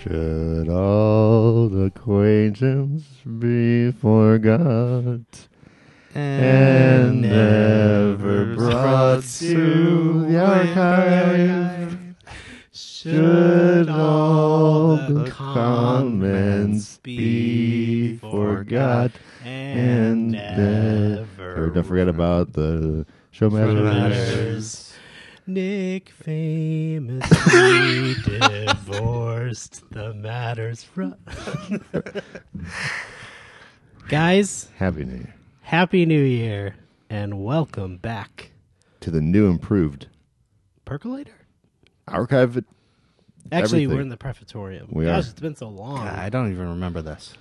Should old acquaintance be forgot and never brought to the archive? Should all the comments be forgot and never? Don't forget about the show matters. matters. Nick famously divorced the matters from. Guys, Happy New Year happy new year and welcome back. to the new improved Percolator? archive. Actually, Everything. we're in the prefectorium. We Gosh, are. it's been so long. I don't even remember this.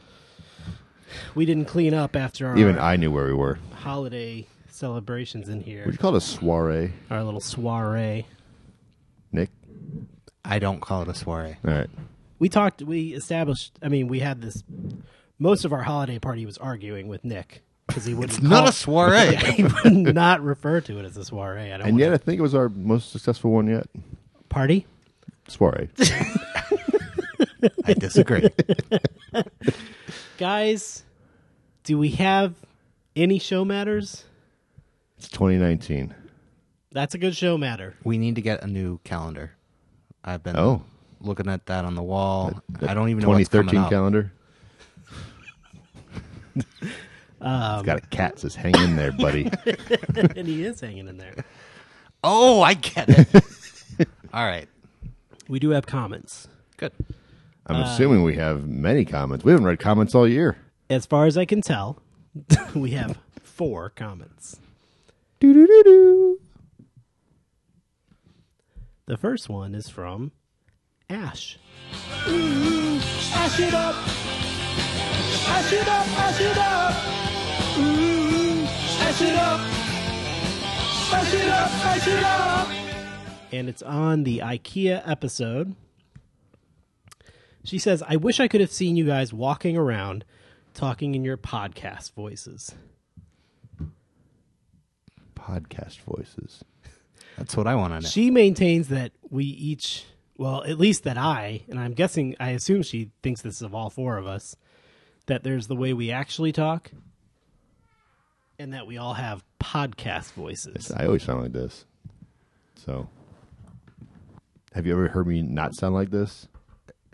We didn't clean up after our Even I knew where we were. holiday celebrations in here. Would you call it a soiree, Our little soiree. Nick? I don't call it a soiree. All right. we talked we established i mean we had this most of our holiday party was arguing with nick because he wouldn't It's not call- a soiree. he would not refer to it as a soiree i don't And want yet, I think it was our most successful one yet. to- party Soiree. I disagree. guys do we have any show matters It's 2019. that's a good show matter we need to get a new calendar. I've been Oh. looking at that on the wall. The I don't even know what's coming 2013 up. calendar. Um, It's got a cat says, "Hang in there, buddy." and he is hanging in there Oh, I get it. All right. we do have comments Good. I'm Uh, assuming we have many comments. We haven't read comments all year. as far as i can tell we have four comments Doo doo doo doo. the first one is from ash Ash it up. Ash it up, ash it up. Ooh, ash it up. Ash it up, ash it up. and it's on the IKEA episode. She says, I wish I could have seen you guys walking around talking in your podcast voices. Podcast voices. That's what I want to know. She maintains that we each, well, at least that I, and I'm guessing, I assume she thinks this of all four of us, that there's the way we actually talk and that we all have podcast voices. I always sound like this. So, have you ever heard me not sound like this?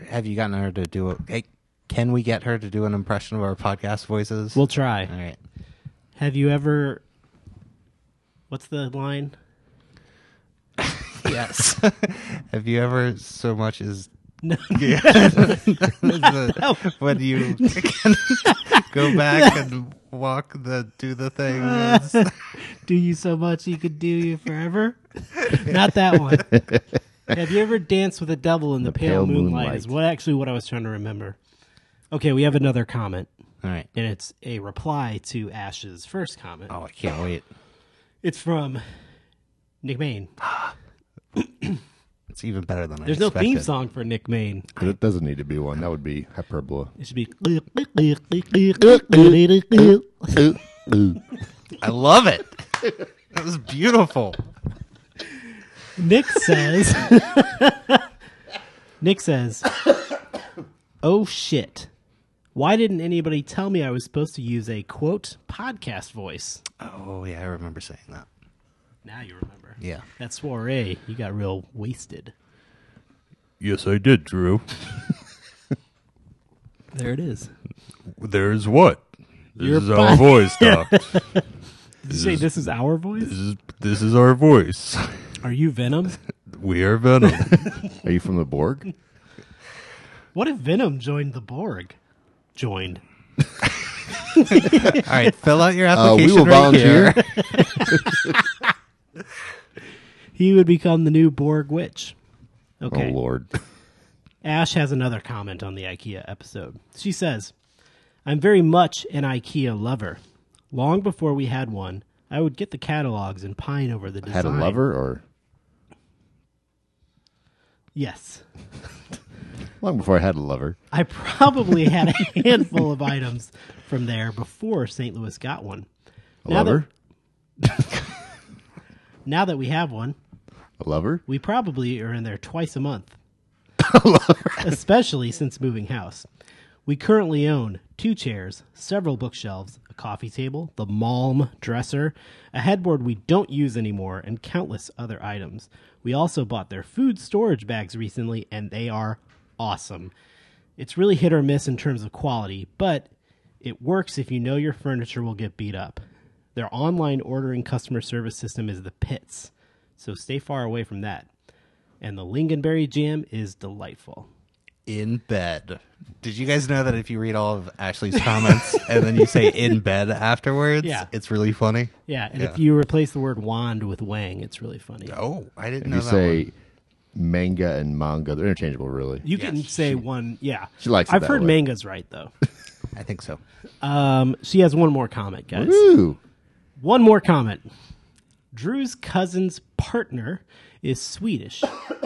Have you gotten her to do it? Hey, can we get her to do an impression of our podcast voices? We'll try. All right. Have you ever, what's the line? Yes. Have you ever so much as No. Yeah. when you go back and walk the do the thing. do you so much he could do you forever. Not that one. Have you ever danced with a devil in the, pale pale, moonlight, moonlight. Is what actually what I was trying to remember. Okay, we have another comment, All right. and it's a reply to Ash's first comment. Oh, I can't wait. It's from Nick Main. It's even better than I There's no expected. theme song for Nick Main. But it doesn't need to be one. That would be hyperbole. It should be. I love it. That was beautiful. Nick says. Nick says. Oh shit. Why didn't anybody tell me I was supposed to use a quote podcast voice? Oh yeah, I remember saying that. Now you remember. Yeah. That soiree, you got real wasted. Yes, I did, Drew. There it is. There's what? This Your is our butt. voice, Doc. this, Did you say this is our voice? is, this is our voice. Are you Venom? We are Venom. Are you from the Borg? What if Venom joined the Borg? Joined. All right, fill out your Uh, application we will right volunteer. here. He would become the new Borg witch. Okay. Oh Lord. Ash has another comment on the IKEA episode. She says, I'm very much an IKEA lover. Long before we had one, I would get the catalogs and pine over the design. Had a lover or Yes. long before I had a lover. I probably had a handful of items from there before St. Louis got one. A Now that- lover? Now that we have one, A lover? we probably are in there twice a month. especially since moving house. We currently own two chairs, several bookshelves, a coffee table, the Malm dresser, a headboard we don't use anymore, and countless other items. We also bought their food storage bags recently, and they are awesome. It's really hit or miss in terms of quality, but it works if you know your furniture will get beat up. Their online ordering customer service system is the pits, so stay far away from that. And the lingonberry jam is delightful. in bed. Did you guys know that if you read all of Ashley's comments and then you say in bed afterwards, Yeah. it's really funny? Yeah, and if you replace the word wand with wang, it's really funny. Oh, I didn't If know you that. say one. manga and manga, they're interchangeable, really. You can Yes, say one, yeah. she likes it I've that heard way. manga's right though. I think so. Um, she has one more comment, guys. Ooh, One more comment. Drew's cousin's partner is Swedish,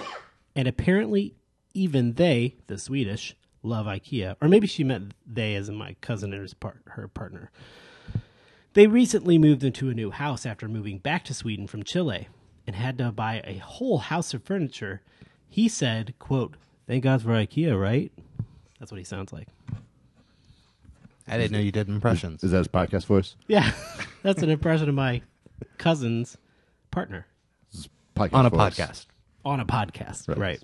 and apparently, even they, the Swedish, love IKEA. Or maybe she meant they, as in my cousin and his part, her partner. They recently moved into a new house after moving back to Sweden from Chile, and had to buy a whole house of furniture. He said, "quote Thank God for IKEA, right?" That's what he sounds like. I didn't know you did impressions. is that his podcast voice? Yeah, that's an impression of my cousin's partner. Podcast on a voice. podcast. on a podcast. Right.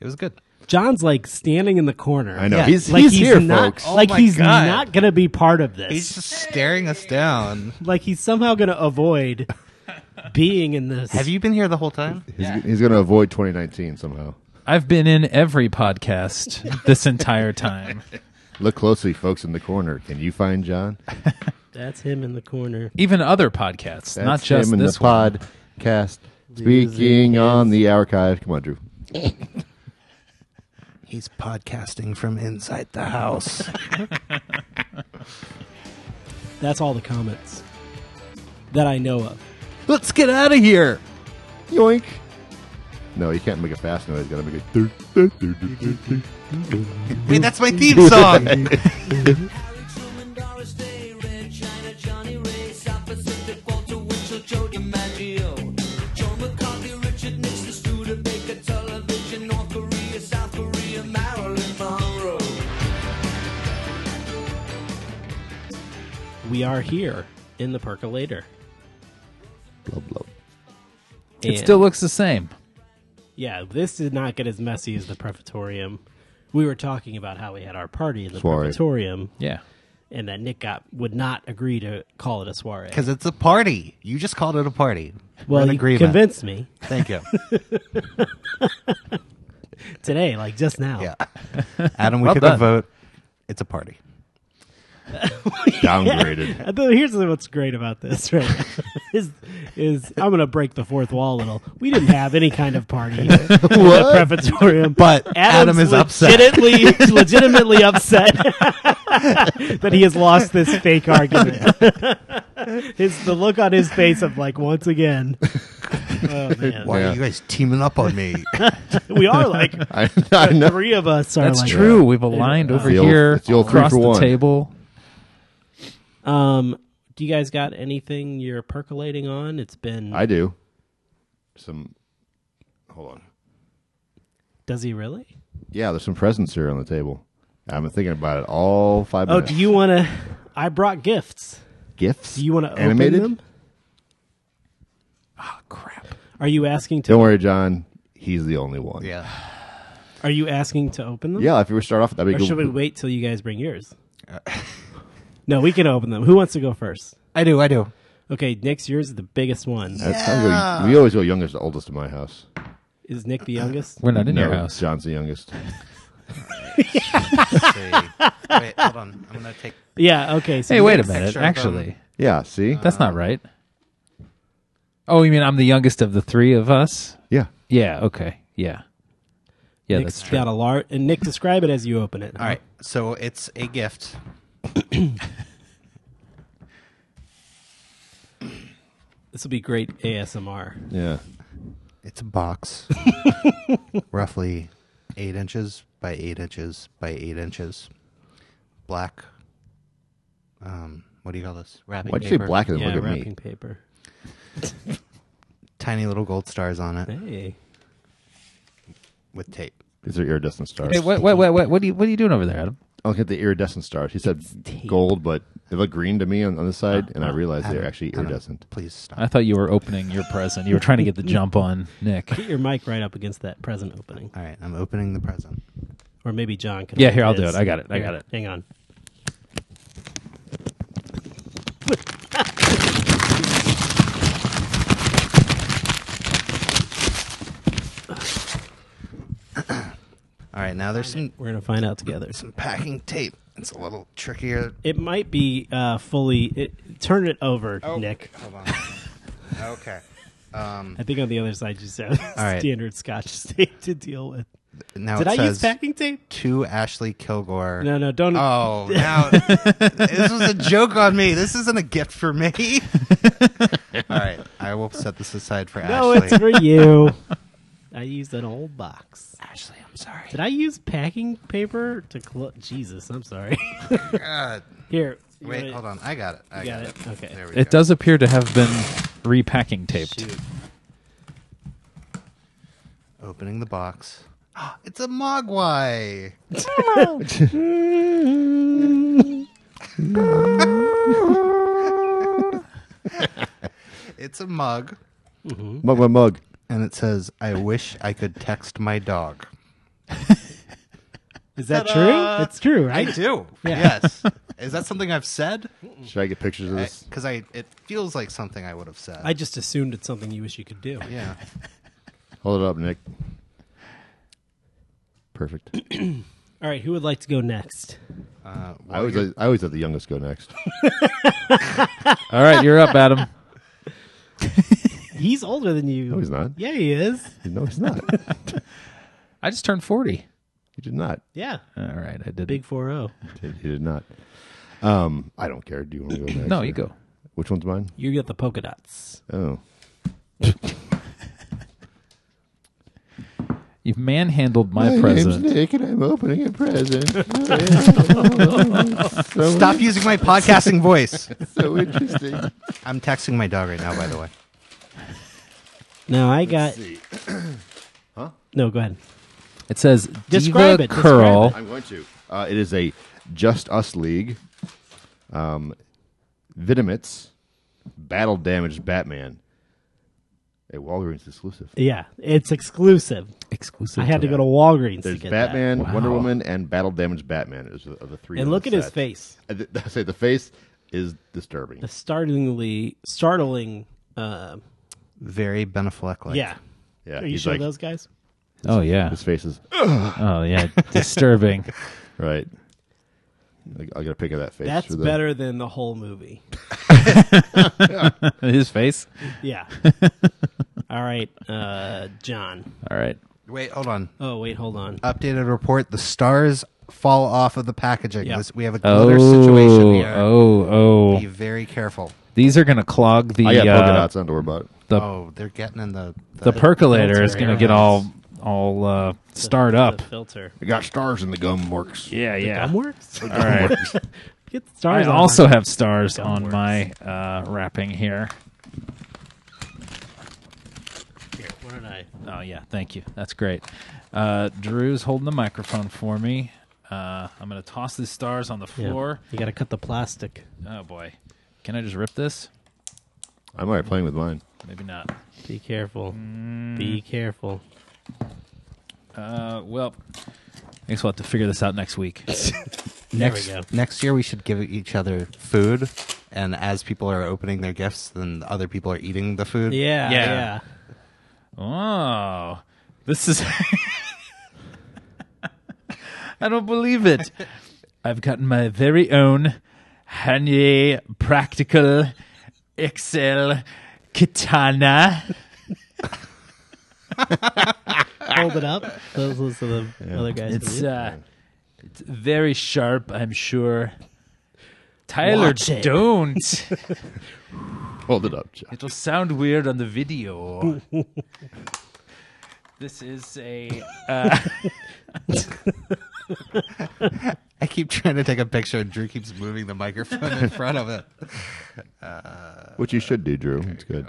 It was good. John's like standing in the corner. I know Yeah, he's Like he's, here, not, folks. Like Oh my he's God. not going to be part of this. He's just staring us down. like he's somehow going to avoid being in this. Have you been here the whole time? He's, he's going to avoid 2019 somehow. I've been in every podcast this entire time. Look closely, folks, in the corner. Can you find John? That's him in the corner. Even other podcasts, not That's just him in this the podcast. Speaking on the archive. Come on, Drew. He's podcasting from inside the house. That's all the comments that I know of. Let's get out of here. Yoink. No, you can't make a fast noise. You got to make a. Wait, that's my theme song. Eric Truman, Doris Day, Red China, Johnny Ray, South Pacific, Walter Winchell, Joe DiMaggio, Joe McCarthy, Richard Nixon, Studebaker, Television, North Korea, South Korea, Marilyn Monroe. We are here in the percolator. Blow, blow. one. It And- still looks the same. Yeah, this did not get as messy as the Prefectorium. We were talking about how we had our party in the Soiree. Prefectorium, Yeah. and that Nick got would not agree to call it a soiree. Because it's a party. You just called it a party. We're well, in you agreement. convinced me Thank you. today, like just now. Yeah. Adam, we Well took a done. vote. It's a party. Downgraded. Uh, though Here's what's great about this, right? now, is is I'm gonna break the fourth wall a little. We didn't have any kind of party in the prefectorium, But Adam is upset. Legitimately, legitimately upset that he has lost this fake argument. his the look on his face of like once again. Oh man, Why Yeah. are you guys teaming up on me? we are like I, I know. three of us are That's like true. We've aligned over the old- here it's the old three across for the one. table. Um, do you guys got anything you're percolating on? It's been I do. Some. Hold on. does he really? Yeah, there's some presents here on the table. I've been thinking about it all five Oh, minutes. do you want to? I brought gifts. gifts? Do you want to animated? open them? Ah, Crap. Are you asking to? Don't worry, John. He's the only one. yeah. Are you asking to open them? Yeah, if you were to start off, that'd Or be should we good. wait till you guys bring yours? Uh, no, we can open them. Who wants to go first? I do. I do. Okay, Nick's yours is the biggest one. Uh, That's how we, go- we always go youngest to oldest in my house. Is Nick the uh, youngest? We're not in no, your house. John's the youngest. See. Wait, hold on. I'm going to take. Yeah. Okay. So Hey, you wait a guys- minute. picture of Actually, them. Yeah, see? that's not right. Oh, you mean I'm the youngest of the three of us? yeah. Yeah. Okay. Yeah. Yeah, Nick's that's true. got a large. And Nick, describe it as you open it. All right. So it's a gift. This will be great ASMR. Yeah. It's a box, roughly eight inches by eight inches by eight inches. Black. Um, what do you call this? Wrapping Why'd you say paper. black and Yeah, look at wrapping me? paper. Tiny little gold stars on it Hey. with tape. These are iridescent stars. Hey, what, what, what, what, what are you what are you doing over there, Adam? I look at the iridescent stars. He said tape. gold, but they look green to me on, on this side, and I realized Adam, they're actually Adam, iridescent. Please stop. Uh. I thought you were opening your present. You were trying to get the jump on Nick. Get your mic right up against that present opening, All right, I'm opening the present. or maybe John can. Yeah, open here, I'll do his. it. I got it. I Here, got it. Hang on. All right, now there's some We're gonna find out together. some packing tape. It's a little trickier. It might be uh, fully. It, turn it over, Oh. Nick. Hold on. okay. Um, I think on the other side you said right. standard Scotch tape to deal with. now Did it I says use packing tape? to Ashley Kilgore. No, no, don't. Oh, now this was a joke on me. This isn't a gift for me. All right, I will set this aside for no, Ashley. it's for you. I used an old box. Ashley, I'm sorry. Did I use packing paper to close? Jesus, I'm sorry. God. Here. you Wait, wanna- hold on. I got it. I You got got, it? Okay. There we It go. does appear to have been repacking taped. Shoot. Opening the box. it's a mogwai. it's a mug, Mug, mug, mug. and it says, "I wish I could text my dog." Is that true? It's true, I right? do. Yes. Is that something I've said? Should I get pictures of this? Because I, it feels like something I would have said. I just assumed it's something you wish you could do. yeah. Hold it up, Nick. Perfect. All right, who would like to go next? Uh, I while always, you're- let- I always let the youngest go next. All right, you're up, Adam. He's older than you. No, he's not. Yeah, he is. No, he's not. I just turned 40. He did not. Yeah, All right, I did. big four zero. He did- he did not. Um, I don't care. Do you want to go next? No, or- you go. Which one's mine? You get the polka dots. Oh, You've manhandled my, present. Nick, and I'm opening a present. so, Stop using my podcasting voice. So interesting. I'm texting my dog right now, by the way. Now I got. huh? No, go ahead. It says Describe Diva it, describe Curl. I'm going to. Uh, it is a Just Us League. Um, Vitamits, Battle Damaged Batman. A Walgreens exclusive. Yeah, it's exclusive. Exclusive. I had to go to Walgreens to There's get Batman, Wow. Wonder Woman, and Battle Damaged Batman. Is of the three. that. And in look the at his set. face. I th- I say the face is disturbing. The startlingly startling. Uh, Very Ben Affleck like. yeah. Yeah, Are you he's sure like- those guys? Oh yeah. His face is Oh yeah. Disturbing. right. Like, I got a pic of that face. That's for the- better than the whole movie. His face. Yeah. All right, uh, John. All right. Wait, hold on. Oh wait, hold on. Updated report. The stars fall off of the packaging. Yeah. This, we have a Oh. glitter situation here. Oh. Be Oh. very careful. These are gonna clog the I got polka uh, dots on door, but the Oh, they're getting in the the percolator That's is gonna very get nice. all all uh, starred up. The filter. I got stars in the gum works. Yeah. Yeah. Gum works. All right. Get the I stars. on also there. have stars Gum on works. my uh, wrapping here. Here, What did I? Oh yeah, thank you. That's great. Uh, Drew's holding the microphone for me. Uh, I'm gonna toss the stars on the Yeah. floor. You got to cut the plastic. Oh boy, can I just rip this? I'm already playing with mine. Maybe not. Be careful. Be careful. Uh, well, I guess we'll have to figure this out next week. next we go. next year we should give each other food and as people are opening their gifts then the other people are eating the food. Yeah. Yeah. Yeah. oh, this is. I don't believe it. I've gotten my very own Hanye Practical Excel Katana. Hold it up. Those those are the other guys. It's do. uh, it's very sharp, I'm sure. Tyler, Watch it. don't. Hold it up, Jeff. It'll sound weird on the video. this is a I keep trying to take a picture and Drew keeps moving the microphone in front of it. Which you should do, Drew. It's good.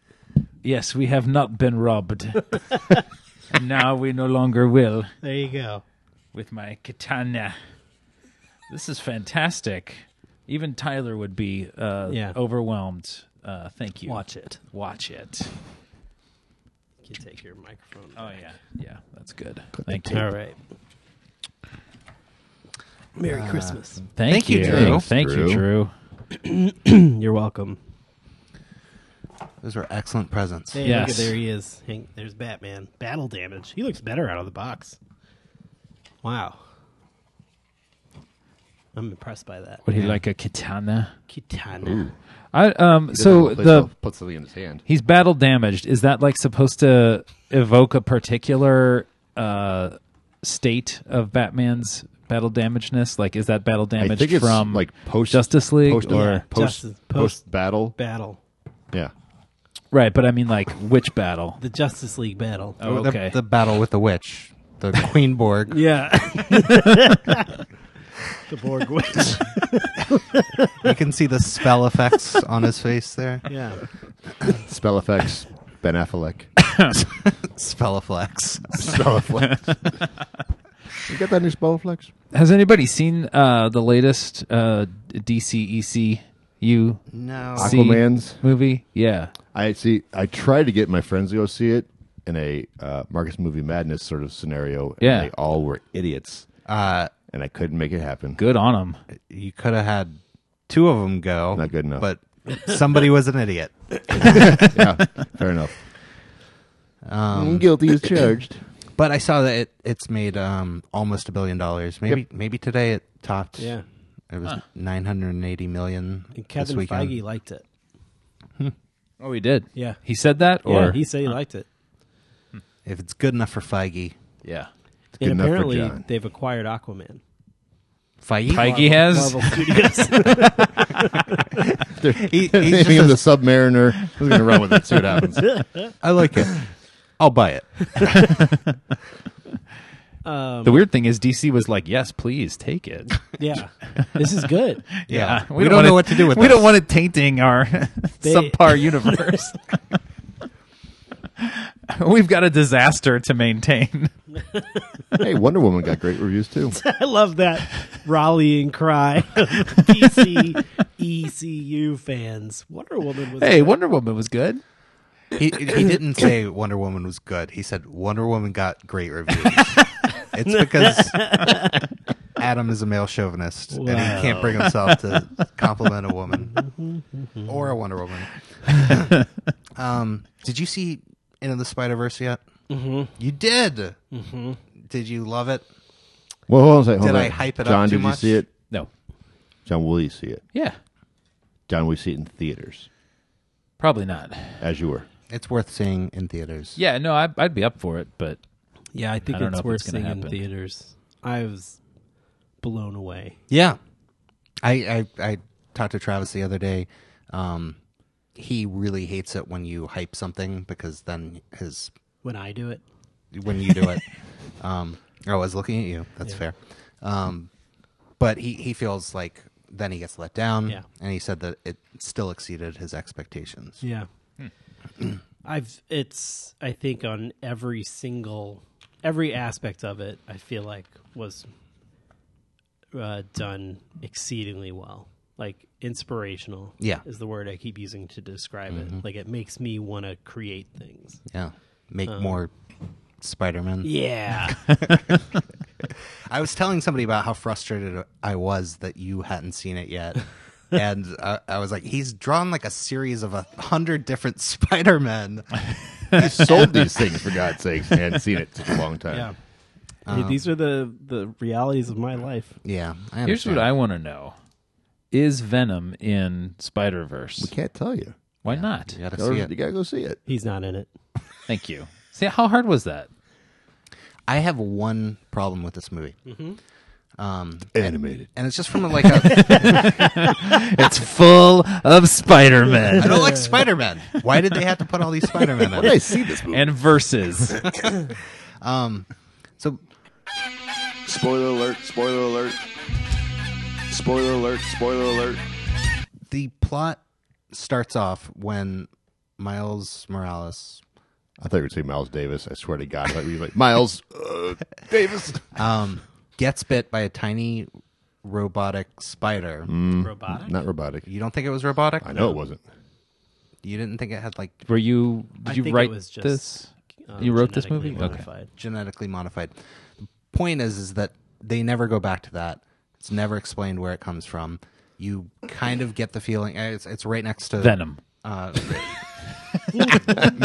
yes. We have not been robbed. now we no longer will There you go. with my katana. This is fantastic. Even Tyler would be uh, Yeah. overwhelmed. Uh, thank you. Watch it. Watch it. You take your microphone. Oh yeah, yeah, that's good. Thank you. All right. Merry Christmas. Thank, Thank you, you, Drew. Thanks, Thank you, Drew. Drew. You're welcome. Those are excellent presents. Hey, look Yes. at- there he is. Hank, there's Batman. Battle damage. He looks better out of the box. Wow. I'm impressed by that. Would he like a katana? Kitana. I um. So the puts something in his hand. he's battle damaged. Is that like supposed to evoke a particular uh state of Batman's battle damagedness? Like, is that battle damage I think it's from like post Justice League post, or Yeah. post, Justice- post- post battle. Battle. Yeah, right? But I mean, like, which battle? The Justice League battle. Oh, The- okay. The, battle with the witch, the Queen Borg. Yeah. the Borg Witch. You can see the spell effects on his face there. yeah. spell effects. Ben Affleck. Spell effects. spell effects. you got that new spell effects? Has anybody seen uh the latest uh DCECU No. See- Aquaman's. movie? Yeah. I see. I tried to get my friends to go see it in a uh, Marcus movie madness sort of scenario. and Yeah. they all were idiots, Uh, and I couldn't make it happen. Good on him. you could have had two of them go. Not good enough. But somebody was an idiot. Fair enough. Um, Mm, Guilty is charged. But I saw that it, it's made um, almost a billion dollars. Maybe maybe today it topped. Yeah. It was 980 million And this Kevin weekend. Feige liked it. Oh, he did. Yeah. He said that, or yeah, he said he liked it. If it's good enough for Feige, yeah. good and enough for apparently John. they've acquired Aquaman. Feige, Feige has. Marvel Studios. He- he's Naming just him a- the Submariner. Who's going to run with it? See what happens. I like it. I'll buy it. Um, The weird thing is DC was like, "Yes, please take it." yeah. This is good. Yeah, Uh, we, don't want know it- what to do with. We this. don't want it tainting our They- subpar universe. We've got a disaster to maintain. hey, Wonder Woman got great reviews too. I love that rallying cry of DC ECU fans. Wonder Woman was Hey, Wonder Woman was good. He, he didn't say Wonder Woman was good. He said Wonder Woman got great reviews. it's because Adam is a male chauvinist and he can't bring himself to compliment a woman or a Wonder Woman. um, did you see Into the Spider Verse yet? Mm-hmm. You did. Mm-hmm. Did you love it? Well, hold on a second. hold Did I on. hype it up John, too did much? you see it? No, John, will you see it? yeah, John, will you see it in theaters? probably not. As you were. It's worth seeing in theaters. Yeah, no, I, I'd be up for it, but Yeah, I think I don't know it's if worth it's gonna seeing in happen. theaters. I was blown away. Yeah. I, I I talked to Travis the other day. Um, he really hates it when you hype something because then his When I do it, when you do it. um, I was looking at you. That's fair. Um, but he he feels like then he gets let down. Yeah. And he said that it still exceeded his expectations. yeah. Hmm. I've it's I think on every single every aspect of it. I feel like was uh, done exceedingly well. Like inspirational. Yeah. is the word I keep using to describe Mm-hmm. it. Like it makes me want to create things. Yeah. Make more Spider Man. Um, Yeah. I was telling somebody about how frustrated I was that you hadn't seen it yet. and I, I was like, he's drawn like a series of a hundred different Spider-Men. He sold these things, for God's sakes. I hadn't seen it in a long time. yeah. Um, Hey, these are the the realities of my life. Yeah. I here's understand. what I want to know: Is Venom in Spider Verse? Can't tell you. Why not? You gotta Tell her- see You it. got to go see it. He's not in it. Thank you. See how hard was that? I have one problem with this movie. Hmm. Animated. And it's just from like a, It's full of Spider I Men don't like Spider-Man. Why did they have to put all these Spider-Men in? Did I see this movie? and verses. So Spoiler alert, spoiler alert. Spoiler alert, spoiler alert. the plot starts off when Miles Morales I thought you would say Miles Davis. I swear to God, I thought you were like Miles uh, Davis. Um, gets bit by a tiny robotic spider. Robotic. Not robotic. You don't think it was robotic? I know it wasn't. You didn't think it had like Were you? Did I you think it write was just, this? uh, you wrote this genetically movie? Okay. modified. genetically modified. The point is, is that they never go back to that. It's never explained where it comes from. You kind of get the feeling eh, it's it's right next to Venom. Uh,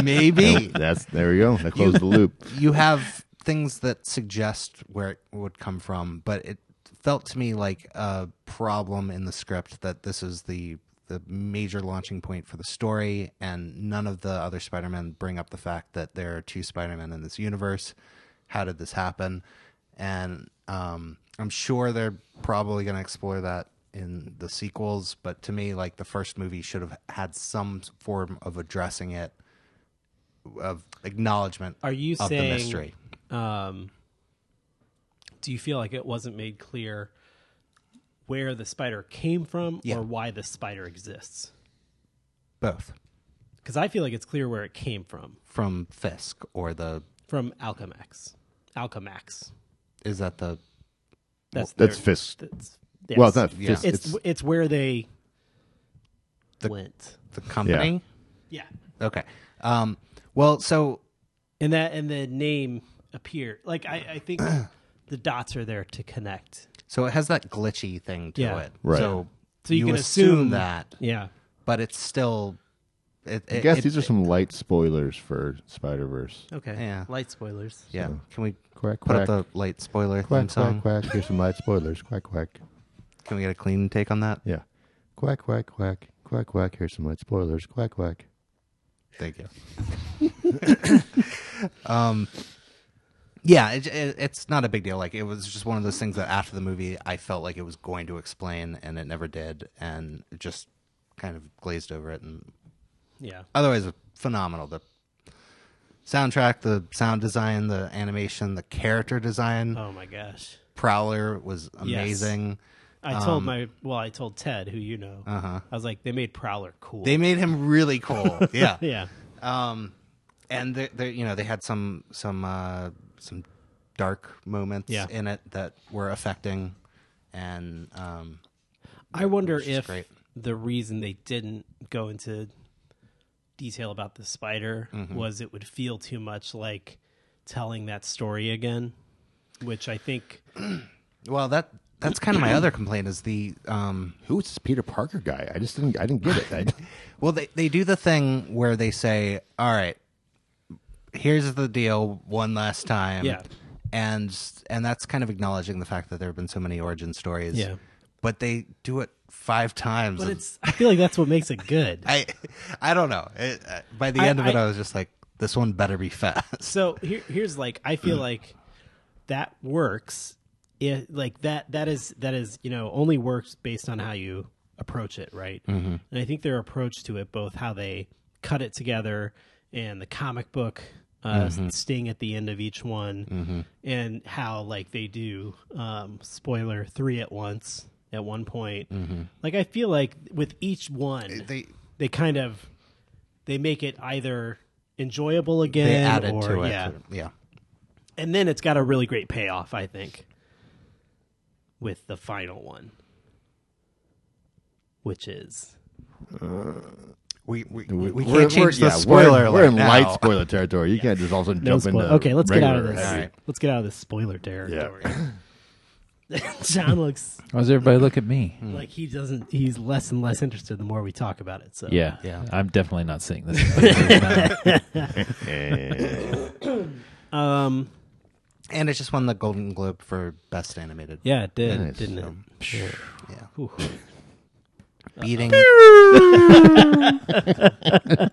maybe That's there we go. That closed the loop. you have things that suggest where it would come from, but it felt to me like a problem in the script that this is the the major launching point for the story, and none of the other Spider-Men bring up the fact that there are two Spider-Men in this universe. How did this happen? And um, I'm sure they're probably going to explore that in the sequels, but to me, like the first movie should have had some form of addressing it, of acknowledgement Are you of saying the mystery. um, do you feel like it wasn't made clear where the spider came from Yeah. or why the spider exists? Both Because I feel like it's clear where it came from from Fisk or the from Alchemax. Alchemax. is that the That's That's their- Fisk. That's, Well, yes. it's not Yeah. Fisk. It's It's, it's, where they The- went. the company? Yeah, Okay. Um, well, so and that and the name appear like I, I think the dots are there to connect. so it has that glitchy thing to Yeah. it. Right. So, So you can assume, assume- that, Yeah, but it's still. It, I it- guess it- these are some light spoilers for Spider Verse. okay. Yeah. light spoilers. Yeah. Can we Quack, put quack. up the light spoiler theme Quack song? quack quack. Here's some light spoilers. Quack quack. Can we get a clean take on that? Yeah. Quack quack quack quack quack. Here's some light spoilers. Quack quack. Thank you. um, yeah, it, it, it's not a big deal. Like it was just one of those things that after the movie, I felt like it was going to explain, and it never did, and it just kind of glazed over it. And Yeah, otherwise, phenomenal. The soundtrack, the sound design, the animation, the character design. Oh my gosh. Prowler was amazing. I told my well, I told Ted, who you know. I was like, Uh-huh. they made Prowler cool. They made him really cool. yeah. yeah, um and they they you know they had some some uh some dark moments Yeah. in it that were affecting and um I wonder Which is if great. the reason they didn't go into detail about the spider Mm-hmm. was it would feel too much like telling that story again, which I think well that that's kind of my other complaint is the um Who's this Peter Parker guy? I just didn't. I didn't get it. I, well they they do the thing where they say all right here's the deal one last time Yeah. and and that's kind of acknowledging the fact that there have been so many origin stories Yeah. but they do it five times but and- it's I feel like that's what makes it good. I I don't know. It, uh, by the I- end of it, I- I was just like, this one better be fast. so here, here's like I feel like that works. It, like that that is that is you know only works based on how you approach it, right? And I think their approach to it, both how they cut it together and the comic book uh, sting at the end of each one, and how like they do um, spoiler three at once at one point. Like I feel like with each one, They they kind of they make it either enjoyable again they added or to it. yeah yeah. and then it's got a really great payoff i think with the final one which is We we, we, we We're- can't change the yeah, spoiler We're in, alert we're in now. light spoiler territory. You can't just all of a sudden jump into. okay let's get out of regular. this All right. let's get out of this spoiler territory john looks Why does everybody look at me? Mm. like he doesn't he's less and less interested the more we talk about it so Yeah, Yeah. I'm definitely not seeing this. um And it just won the Golden Globe for best animated. yeah it did Nice. didn't Um, it Yeah. Whew. Beating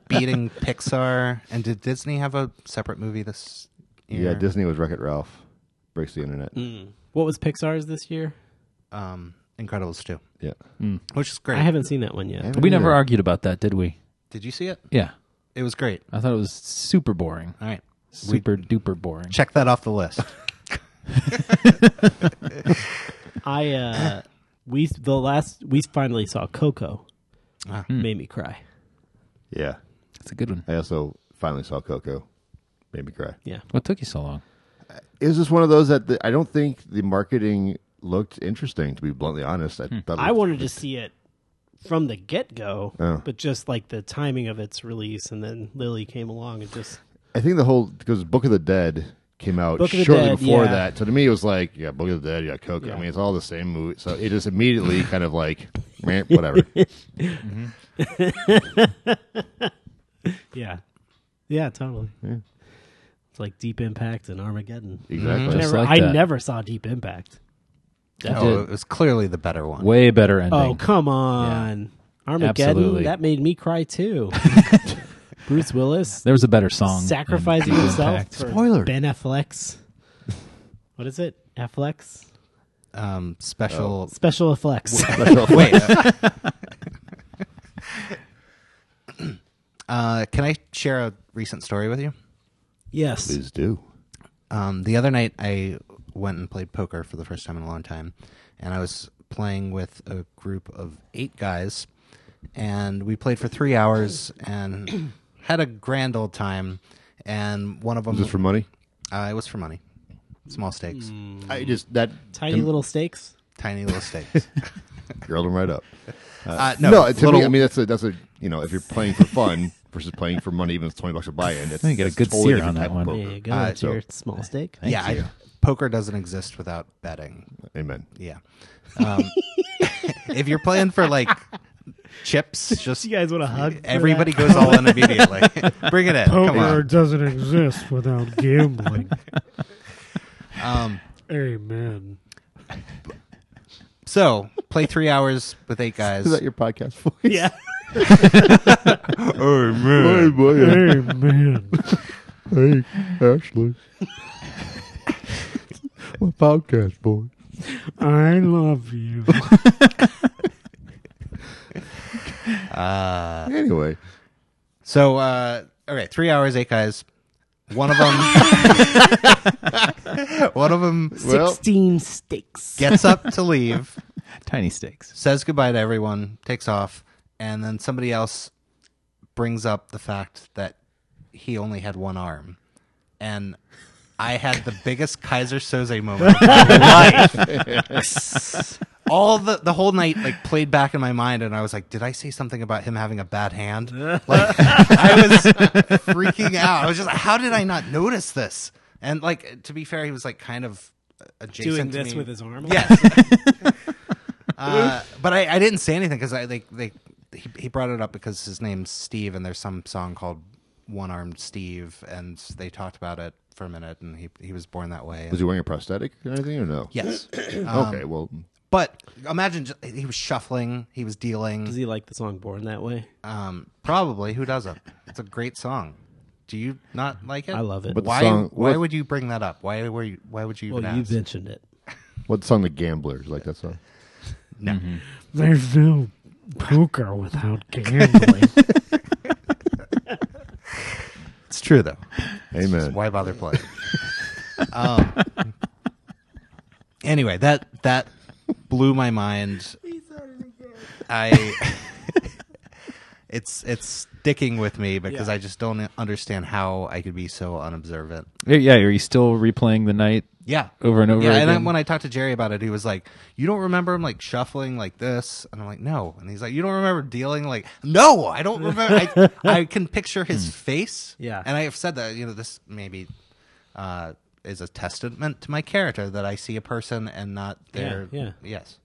beating Pixar. And did Disney have a separate movie this year? Yeah, Disney was Wreck It Ralph. Breaks the internet. Mm. what was pixar's this year um, Incredibles too, Yeah. which is great. i haven't seen that one yet we never argued about that, did we? did you see it? Yeah, It was great. I thought it was super boring, All right. We- super duper boring. check that off the list. I uh we the last we finally saw Coco. Ah. Hmm. Made me cry. Yeah. It's a good one. I also finally saw Coco. Made me cry. Yeah. What took you so long? Is this one of those that the, I don't think the marketing looked interesting? To be bluntly honest, I thought it Hmm. I looked- wanted to see it from the get go, Oh. but just like the timing of its release, and then Lily came along and just I think the whole because Book of the Dead came out Book of the shortly Dead, before yeah. that. So to me, it was like, yeah, Book of the Dead, yeah, Coco. Yeah. I mean, it's all the same movie. So it just immediately kind of like, meh, whatever. Mm-hmm. yeah, yeah, totally. It's like Deep Impact and Armageddon. Exactly. Just Never, like I that. never saw Deep Impact. No, it was clearly the better one. Way better ending. Oh come on, Armageddon. Absolutely. That made me cry too. Bruce Willis There was a better song. sacrificing in Deep himself Impact. for Spoiler. Ben Affleck's. What is it? Affleck's Um, special. special effects. Wait. uh, can I share a recent story with you? yes. Please do. Um, the other night, I went and played poker for the first time in a long time, and I was playing with a group of eight guys, and we played for three hours and had a grand old time. And one of them Is this for money? uh, it was for Hmm. money, small stakes, I just that Tiny little stakes. tiny little stakes. girled him right up. uh, No, no, to little- me, I mean that's a that's a you know if you're playing for fun versus playing for money, even if it's twenty bucks a buy-in, that's I think you got that's a good totally sear different on that type of one. poker. There you go. Uh, That's so- your small stake. yeah, I- poker doesn't exist without betting. Amen. Yeah. Um, if you're playing for like chips, just You guys want to hug? everybody goes all in immediately. Bring it in. Come Poker on. doesn't exist without gambling. Um, Amen. so play three hours with eight guys. Is that your podcast voice? Yeah. Oh, man. Hey, boy. Amen. hey, Ashley. My podcast boy. I love you. Uh, Anyway, So, uh, okay, three hours, eight guys. One of them, one of them well, Sixteen stakes. gets up to leave, Tiny stakes. says goodbye to everyone, takes off, and then somebody else brings up the fact that he only had one arm, and I had the biggest Kaiser Soze moment of my life. All the the whole night like played back in my mind, and I was like, "Did I say something about him having a bad hand?" Like I was freaking out. I was just like, "How did I not notice this?" And like to be fair, he was like kind of adjacent Doing to this me. with his arm. Yes. uh, but I, I didn't say anything because I like they he, he brought it up because his name's Steve and there's some song called One Armed Steve and they talked about it for a minute and he he was born that way. was he wearing a prosthetic or anything or no? yes. um, okay, well, But imagine ju- he was shuffling, he was Does dealing. he like the song "Born That Way"? Um, probably who doesn't? It's a great song. Do you not like it? I love it. But the Why? song- why what- would you bring that up? Why were you? Why would you well, even you ask? mentioned it. what song? The Gamblers, like that song. Mm-hmm. There's no poker without gambling. It's true though. Amen. Why bother playing? um, anyway, that that blew my mind. I it's it's sticking with me because I just don't understand how I could be so unobservant. Yeah, are you still replaying the night? Yeah, Over and over Yeah, and again. then when I talked to Jerry about it, he was like, "You don't remember him like shuffling like this?" And I'm like, "No." And he's like, "You don't remember dealing like?" No, I don't remember. I, I can picture his face. Hmm. Yeah. and I have said that you know this maybe uh, is a testament to my character that I see a person and not their yeah. yes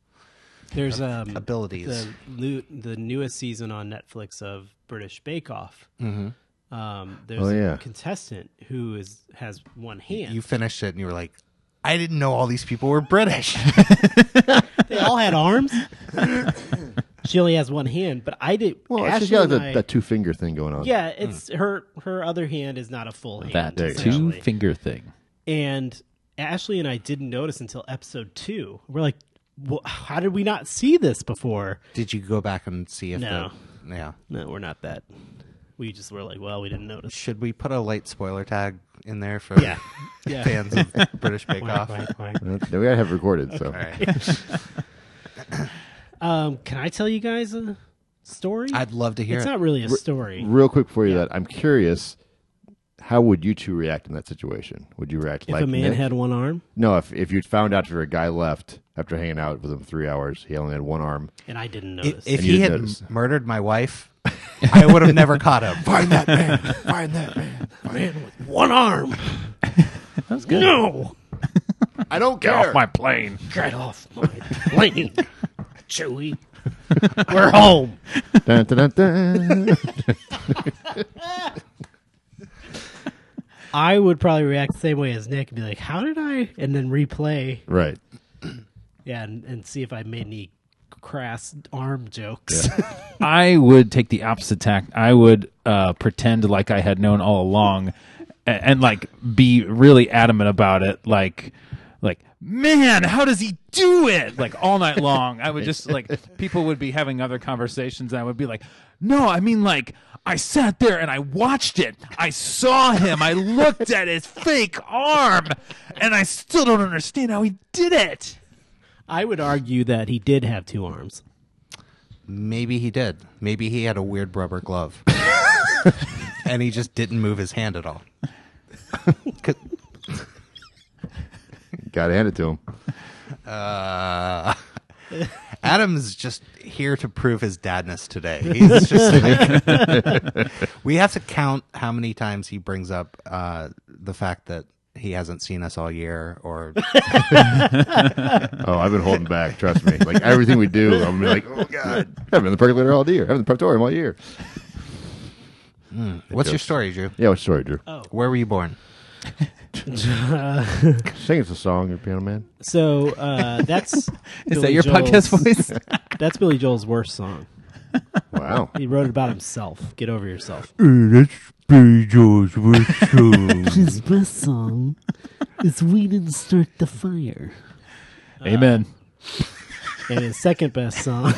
There's um abilities. the new, the newest season on Netflix of British Bake Off. Mm-hmm. Um, there's Oh, yeah. a contestant who is has one hand. You finished it and you were like, "I didn't know all these people were British." they all had arms. she only has one hand, but I did. Well, Ashley she's got and the, I- that two finger thing going on. yeah, it's her. Her other hand is not a full hand. That There you go. two essentially. finger thing. and Ashley and I didn't notice until episode two. We're like, well, how did we not see this before? Did you go back and see if No. the yeah? No, we're not that. We just were like, well, we didn't notice. Should we put a light spoiler tag in there for Yeah. Yeah. fans of British Bake Off? Uh, we gotta have it recorded. So Um, can I tell you guys a story? I'd love to hear it's it. not really a story. real quick for you, that I'm curious. How would you two react in that situation? Would you react If like a man Nick? had one arm no? If if you'd found out after a guy left after hanging out with him three hours, he only had one arm. and I didn't I- notice, If you he didn't had notice. m- murdered my wife, I would have never caught him. Find that man. Find that man. one arm. That's good. No, I don't care. plane. get off my plane, Chewie. We're home. Dun, dun, dun, dun. I would probably react the same way as Nick and be like, "How did I?" and then replay, right. yeah, and, and see if I made any crass arm jokes. I would take the opposite tack. I would uh, pretend like I had known all along, and, and like be really adamant about it. Like, like man, how does he do it? Like all night long. I would just like people would be having other conversations, and I would be like, no, I mean like I sat there and I watched it. I saw him. I looked at his fake arm, and I still don't understand how he did it. I would argue that he did have two arms. Maybe he did. Maybe he had a weird rubber glove, and he just didn't move his hand at all. 'Cause- Got to hand it to him. Uh, Adam's just here to prove his dadness today. He's just like- we have to count how many times he brings up uh, the fact that he hasn't seen us all year, or Oh, I've been holding back. Trust me. Like everything we do, I'm gonna be like, oh god, I've been in the percolator all year. I've been in the preparatorium all year. what's your story, Drew? Yeah, what's your story, Drew? Uh. Where were you born? Sing us a song, your piano man. So uh, that's is Is that your podcast voice? That's Billy Joel's worst song. Wow. He wrote it about himself. Get over yourself. His best song is We Didn't Start the Fire. Amen. And his second best song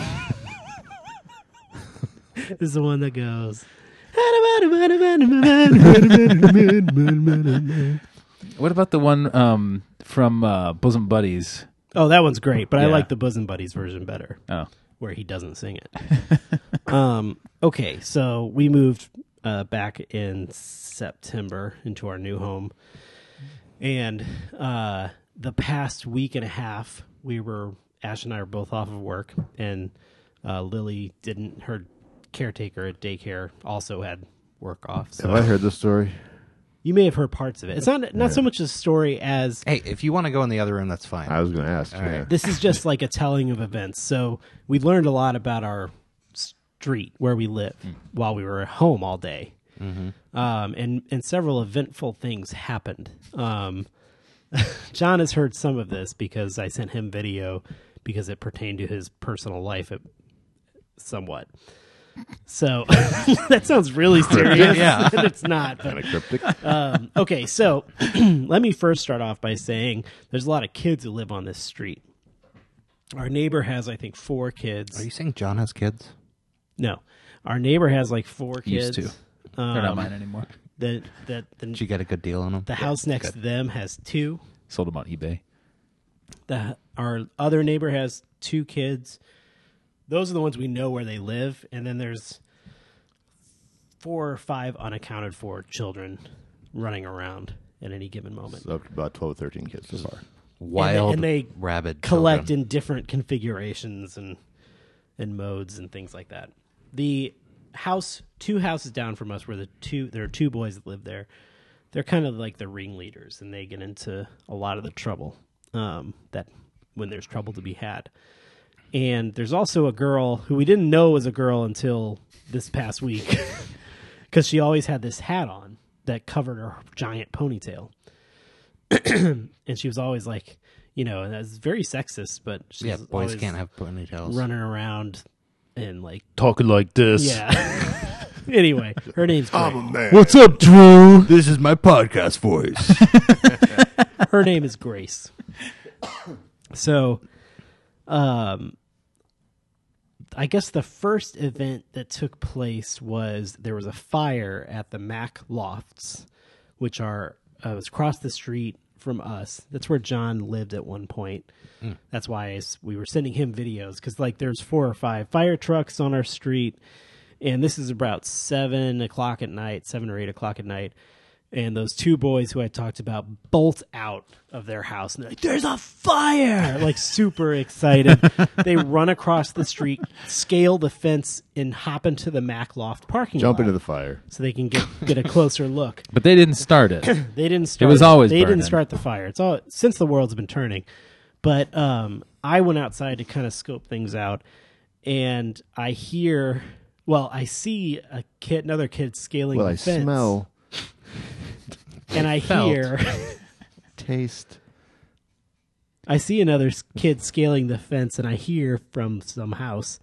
is the one that goes. What about the one um, from uh, Bosom Buddies? Oh, that one's great, but I Yeah. like the Bosom Buddies version better, Oh, where he doesn't sing it. um, okay, so we moved uh, back in September into our new home, and uh, the past week and a half, we were Ash and I were both off of work, and uh, Lily didn't. Her caretaker at daycare also had work off. So Have I heard this story? you may have heard parts of it. It's not not so much a story as Hey, if you want to go in the other room, that's fine. I was going to ask. yeah. this is just like a telling of events. So we learned a lot about our street where we live while we were at home all day, um, and and several eventful things happened. Um, John has heard some of this because I sent him video because it pertained to his personal life, it, somewhat. So that sounds really serious. Yeah. and it's not. But Cryptic. um, okay, so let me first start off by saying there's a lot of kids who live on this street. Our neighbor has, I think, four kids. Are you saying John has kids? No, our neighbor has like four Used kids. they're not Um, mine anymore. The the the, Did you get a good deal on him? the house next to them has two. Sold them on eBay. The our other neighbor has two kids. Those are the ones we know where they live, and then there's four or five unaccounted for children running around at any given moment. So up to about 12 or 13 kids so far. Wild, and they rabid, collect children. in different configurations and and modes and things like that. The house, two houses down from us, where the two there are two boys that live there. They're kind of like the ringleaders, and they get into a lot of the trouble um, that when there's trouble to be had. And there's also a girl who we didn't know was a girl until this past week, because she always had this hat on that covered her giant ponytail and she was always like, you know, and that's very sexist, but she's Yeah, boys always can't have ponytails. running around and like, Talking like this. yeah. anyway, her name's Gray. What's up, Drew? This is my podcast voice. her name is Grace. So, um, I guess the first event that took place was there was a fire at the Mac Lofts, which are uh, it was across the street from us. That's where John lived at one point. That's why I s we were sending him videos because like there's four or five fire trucks on our street, and this is about seven o'clock at night, seven or eight o'clock at night, and those two boys who I talked about bolt out of their house and they're like, "There's a fire!" Like super excited, they run across the street, scale the fence, and hop into the Mac Loft parking Jump lot into the fire. so they can get get a closer look. But they didn't start it. They didn't start. was always they burning. didn't start the fire. It's all since the world's been turning. But um, I went outside to kind of scope things out, and I hear, well, I see a kid, another kid scaling Well, the I fence, smell, and I felt. hear, taste. I see another s- kid scaling the fence, and I hear from some house,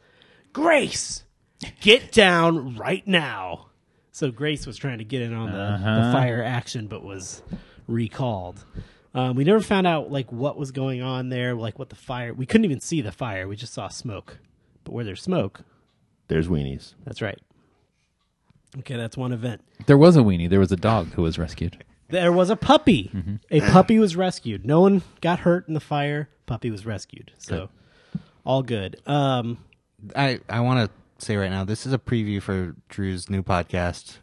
Grace, get down right now. So Grace was trying to get in on the, the fire action, but was recalled. Um, we never found out like what was going on there, like what the fire. We couldn't even see the fire; we just saw smoke. But where there's smoke, There's weenies. that's right. Okay, that's one event. There was a weenie. There was a dog who was rescued. There was a puppy. A puppy was rescued. No one got hurt in the fire. Puppy was rescued. So all good. Um, I, I want to say right now, this is a preview for Drew's new podcast,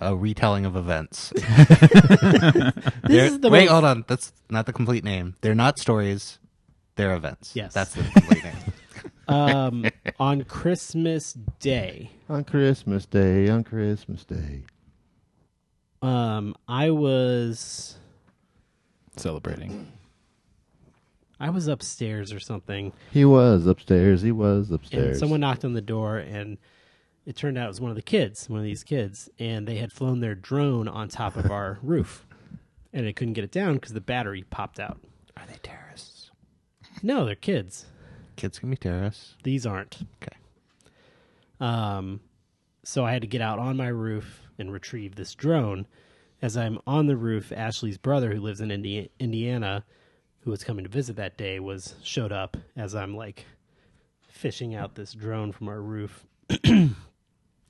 a retelling of events. this is the Wait, most- hold on. That's not the complete name. They're not stories. They're events. Yes. that's the complete name. um, on Christmas Day. On Christmas Day, on Christmas Day. Um, I was Celebrating. I was upstairs or something, He was upstairs. He was and upstairs. someone knocked on the door, and it turned out it was one of the kids, one of these kids, and they had flown their drone on top of our roof, and they couldn't get it down because the battery popped out. Are they terrorists? No, they're kids. Kids can be terrorists. These aren't. Okay. Um, so I had to get out on my roof and retrieve this drone. As I'm on the roof, Ashley's brother, who lives in Indi- Indiana, who was coming to visit that day, was showed up as I'm like fishing out this drone from our roof. and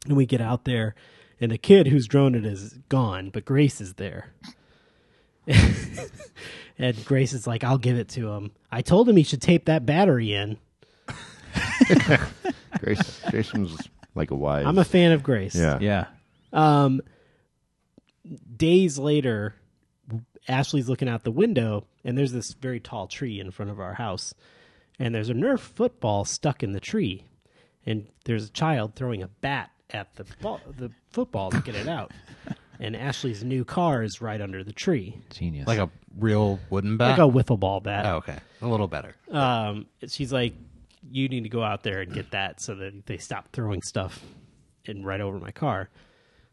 we get out there, and the kid whose drone it is is gone, but Grace is there. and Grace is like, "I'll give it to him." I told him he should tape that battery in. Grace, Grayson's like a wise. I'm a fan of Grace. yeah. Yeah. Um, days later, Ashley's looking out the window, and there's this very tall tree in front of our house, and there's a Nerf football stuck in the tree, and there's a child throwing a bat at the ball, the football to get it out, and Ashley's new car is right under the tree, Genius. Like a real wooden bat. like a Ah. wiffle ball bat. oh, okay, a little better. Oh. Um, she's like, you need to go out there and get that so that they stop throwing stuff and right over my car.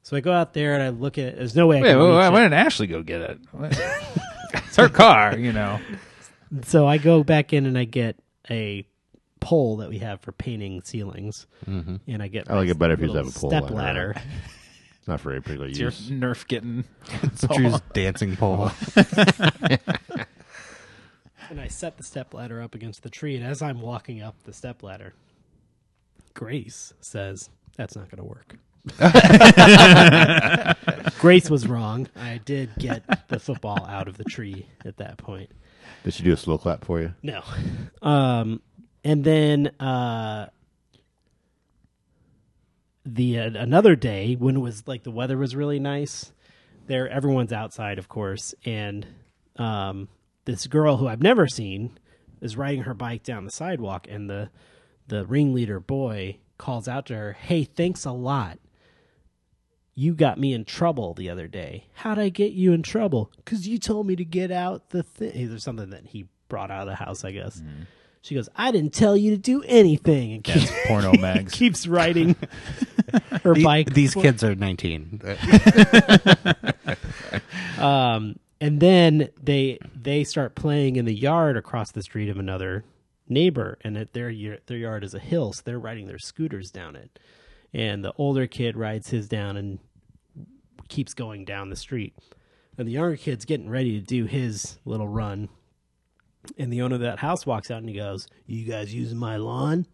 So I go out there and I look at it. There's no way I Wait, can wait, reach wait, it. why did Ashley go get it? it's her car, you know. So I go back in and I get a pole that we have for painting ceilings, and I get Mm-hmm. I like my it better if you little just have a pole step lying ladder. It's not for any particular It's your use. Nerf getting. It's Drew's dancing pole. and I set the step ladder up against the tree. And as I'm walking up the step ladder, Grace says, "That's not going to work." Grace was wrong. I did get the football out of the tree at that point. Did she do a slow clap for you? No. Um, and then uh, the uh, another day when it was like the weather was really nice. There, everyone's outside, of course, and um, this girl who I've never seen is riding her bike down the sidewalk, and the the ringleader boy calls out to her, "Hey, thanks a lot." You got me in trouble the other day. How'd I get you in trouble? Because you told me to get out the thing. There's something that he brought out of the house, I guess. Mm-hmm. She goes, I didn't tell you to do anything. And keeps, Porno mags. keeps riding her bike. These kids are Uh, 19. Um, and then they they start playing in the yard across the street of another neighbor, and at their y- their yard is a hill, so they're riding their scooters down it. And the older kid rides his down and keeps going down the street, and the younger kid's getting ready to do his little run. And the owner of that house walks out and he goes, "You guys using my lawn?"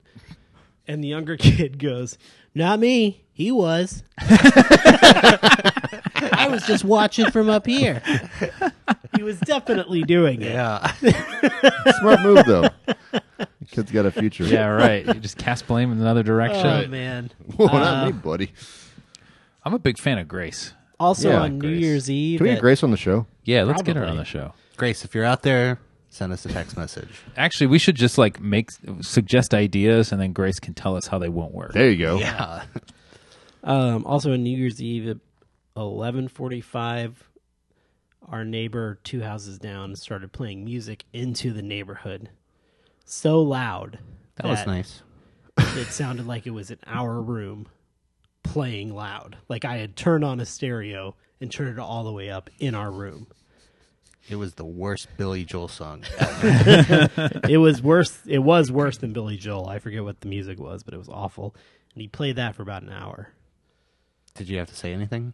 And the younger kid goes, "Not me. He was." I was just watching from up here. He was definitely doing it. yeah. Smart move though. The kid's got a future. yeah, right. You just cast blame in another direction. Oh man. Well, not me, buddy. I'm a big fan of Grace. Also Yeah, on New Grace. Year's Eve. Can we at- get Grace on the show? Yeah, let's get her Probably. on the show. Grace, if you're out there, send us a text message. Actually, we should just like make suggest ideas, and then Grace can tell us how they won't work. There you go. Yeah. Um, also on New Year's Eve at eleven forty five, our neighbor two houses down started playing music into the neighborhood. So loud. That was nice. It sounded like it was in our room playing loud. Like I had turned on a stereo and turned it all the way up in our room. It was the worst Billy Joel song. it was worse it was worse than Billy Joel. I forget what the music was, but it was awful. And he played that for about an hour. Did you have to say anything?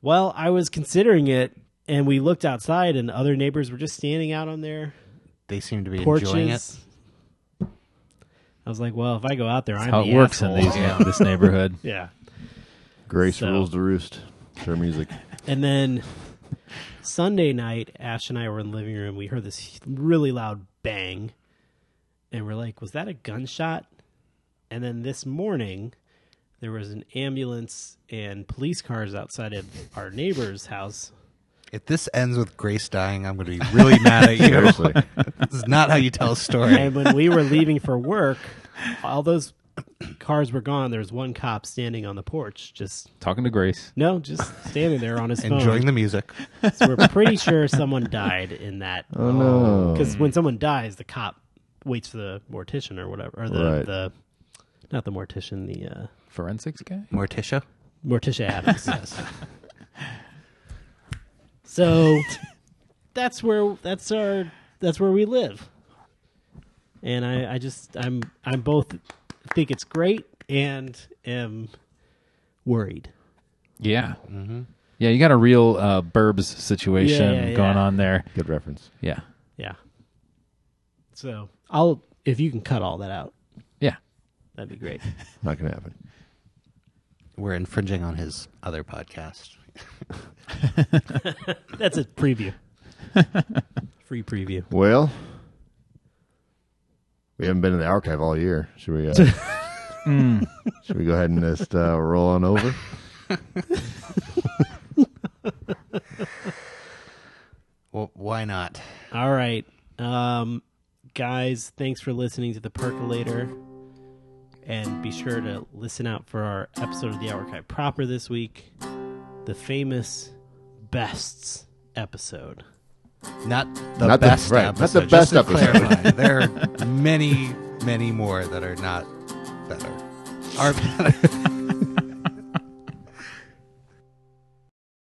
Well, I was considering it, and we looked outside, and other neighbors were just standing out on their They seem to be enjoying it. porches. I was like, well, if I go out there, I'm how the it works in asshole. these this neighborhood. Yeah, Grace So- rules the roost. It's her music. and then Sunday night, Ash and I were in the living room. We heard this really loud bang, and we're like, was that a gunshot? And then this morning, there was an ambulance and police cars outside of our neighbor's house. If this ends with Grace dying, I'm going to be really mad at you. Seriously. This is not how you tell a story. and when we were leaving for work, all those cars were gone. There was one cop standing on the porch, just Talking to Grace. no, just standing there on his phone. Enjoying the music. So we're pretty sure someone died in that. Oh no! Because when someone dies, the cop waits for the mortician or whatever, or the Right. the not the mortician, the uh, Forensics guy. Morticia? Morticia Adams. So that's where that's our that's where we live. And I, I just I'm I'm both think it's great and am worried. Yeah. Yeah, you got a real uh, Burbs situation Mm-hmm. Yeah, yeah, going yeah. on there. Good reference. Yeah. Yeah. So I'll if you can cut all that out, Yeah. that'd be great. Not gonna happen. We're infringing on his other podcast. That's a preview. Free preview. Well, we haven't been in the archive all year. Should we? Uh, should we go ahead and just uh, roll on over? Well, why not? All right. Um guys, thanks for listening to the percolator. And be sure to listen out for our episode of the archive proper this week. The famous bests episode. Not the Not the- best right, not the episode. best just to episode. clarify, there are many, many more that are not better. Are better.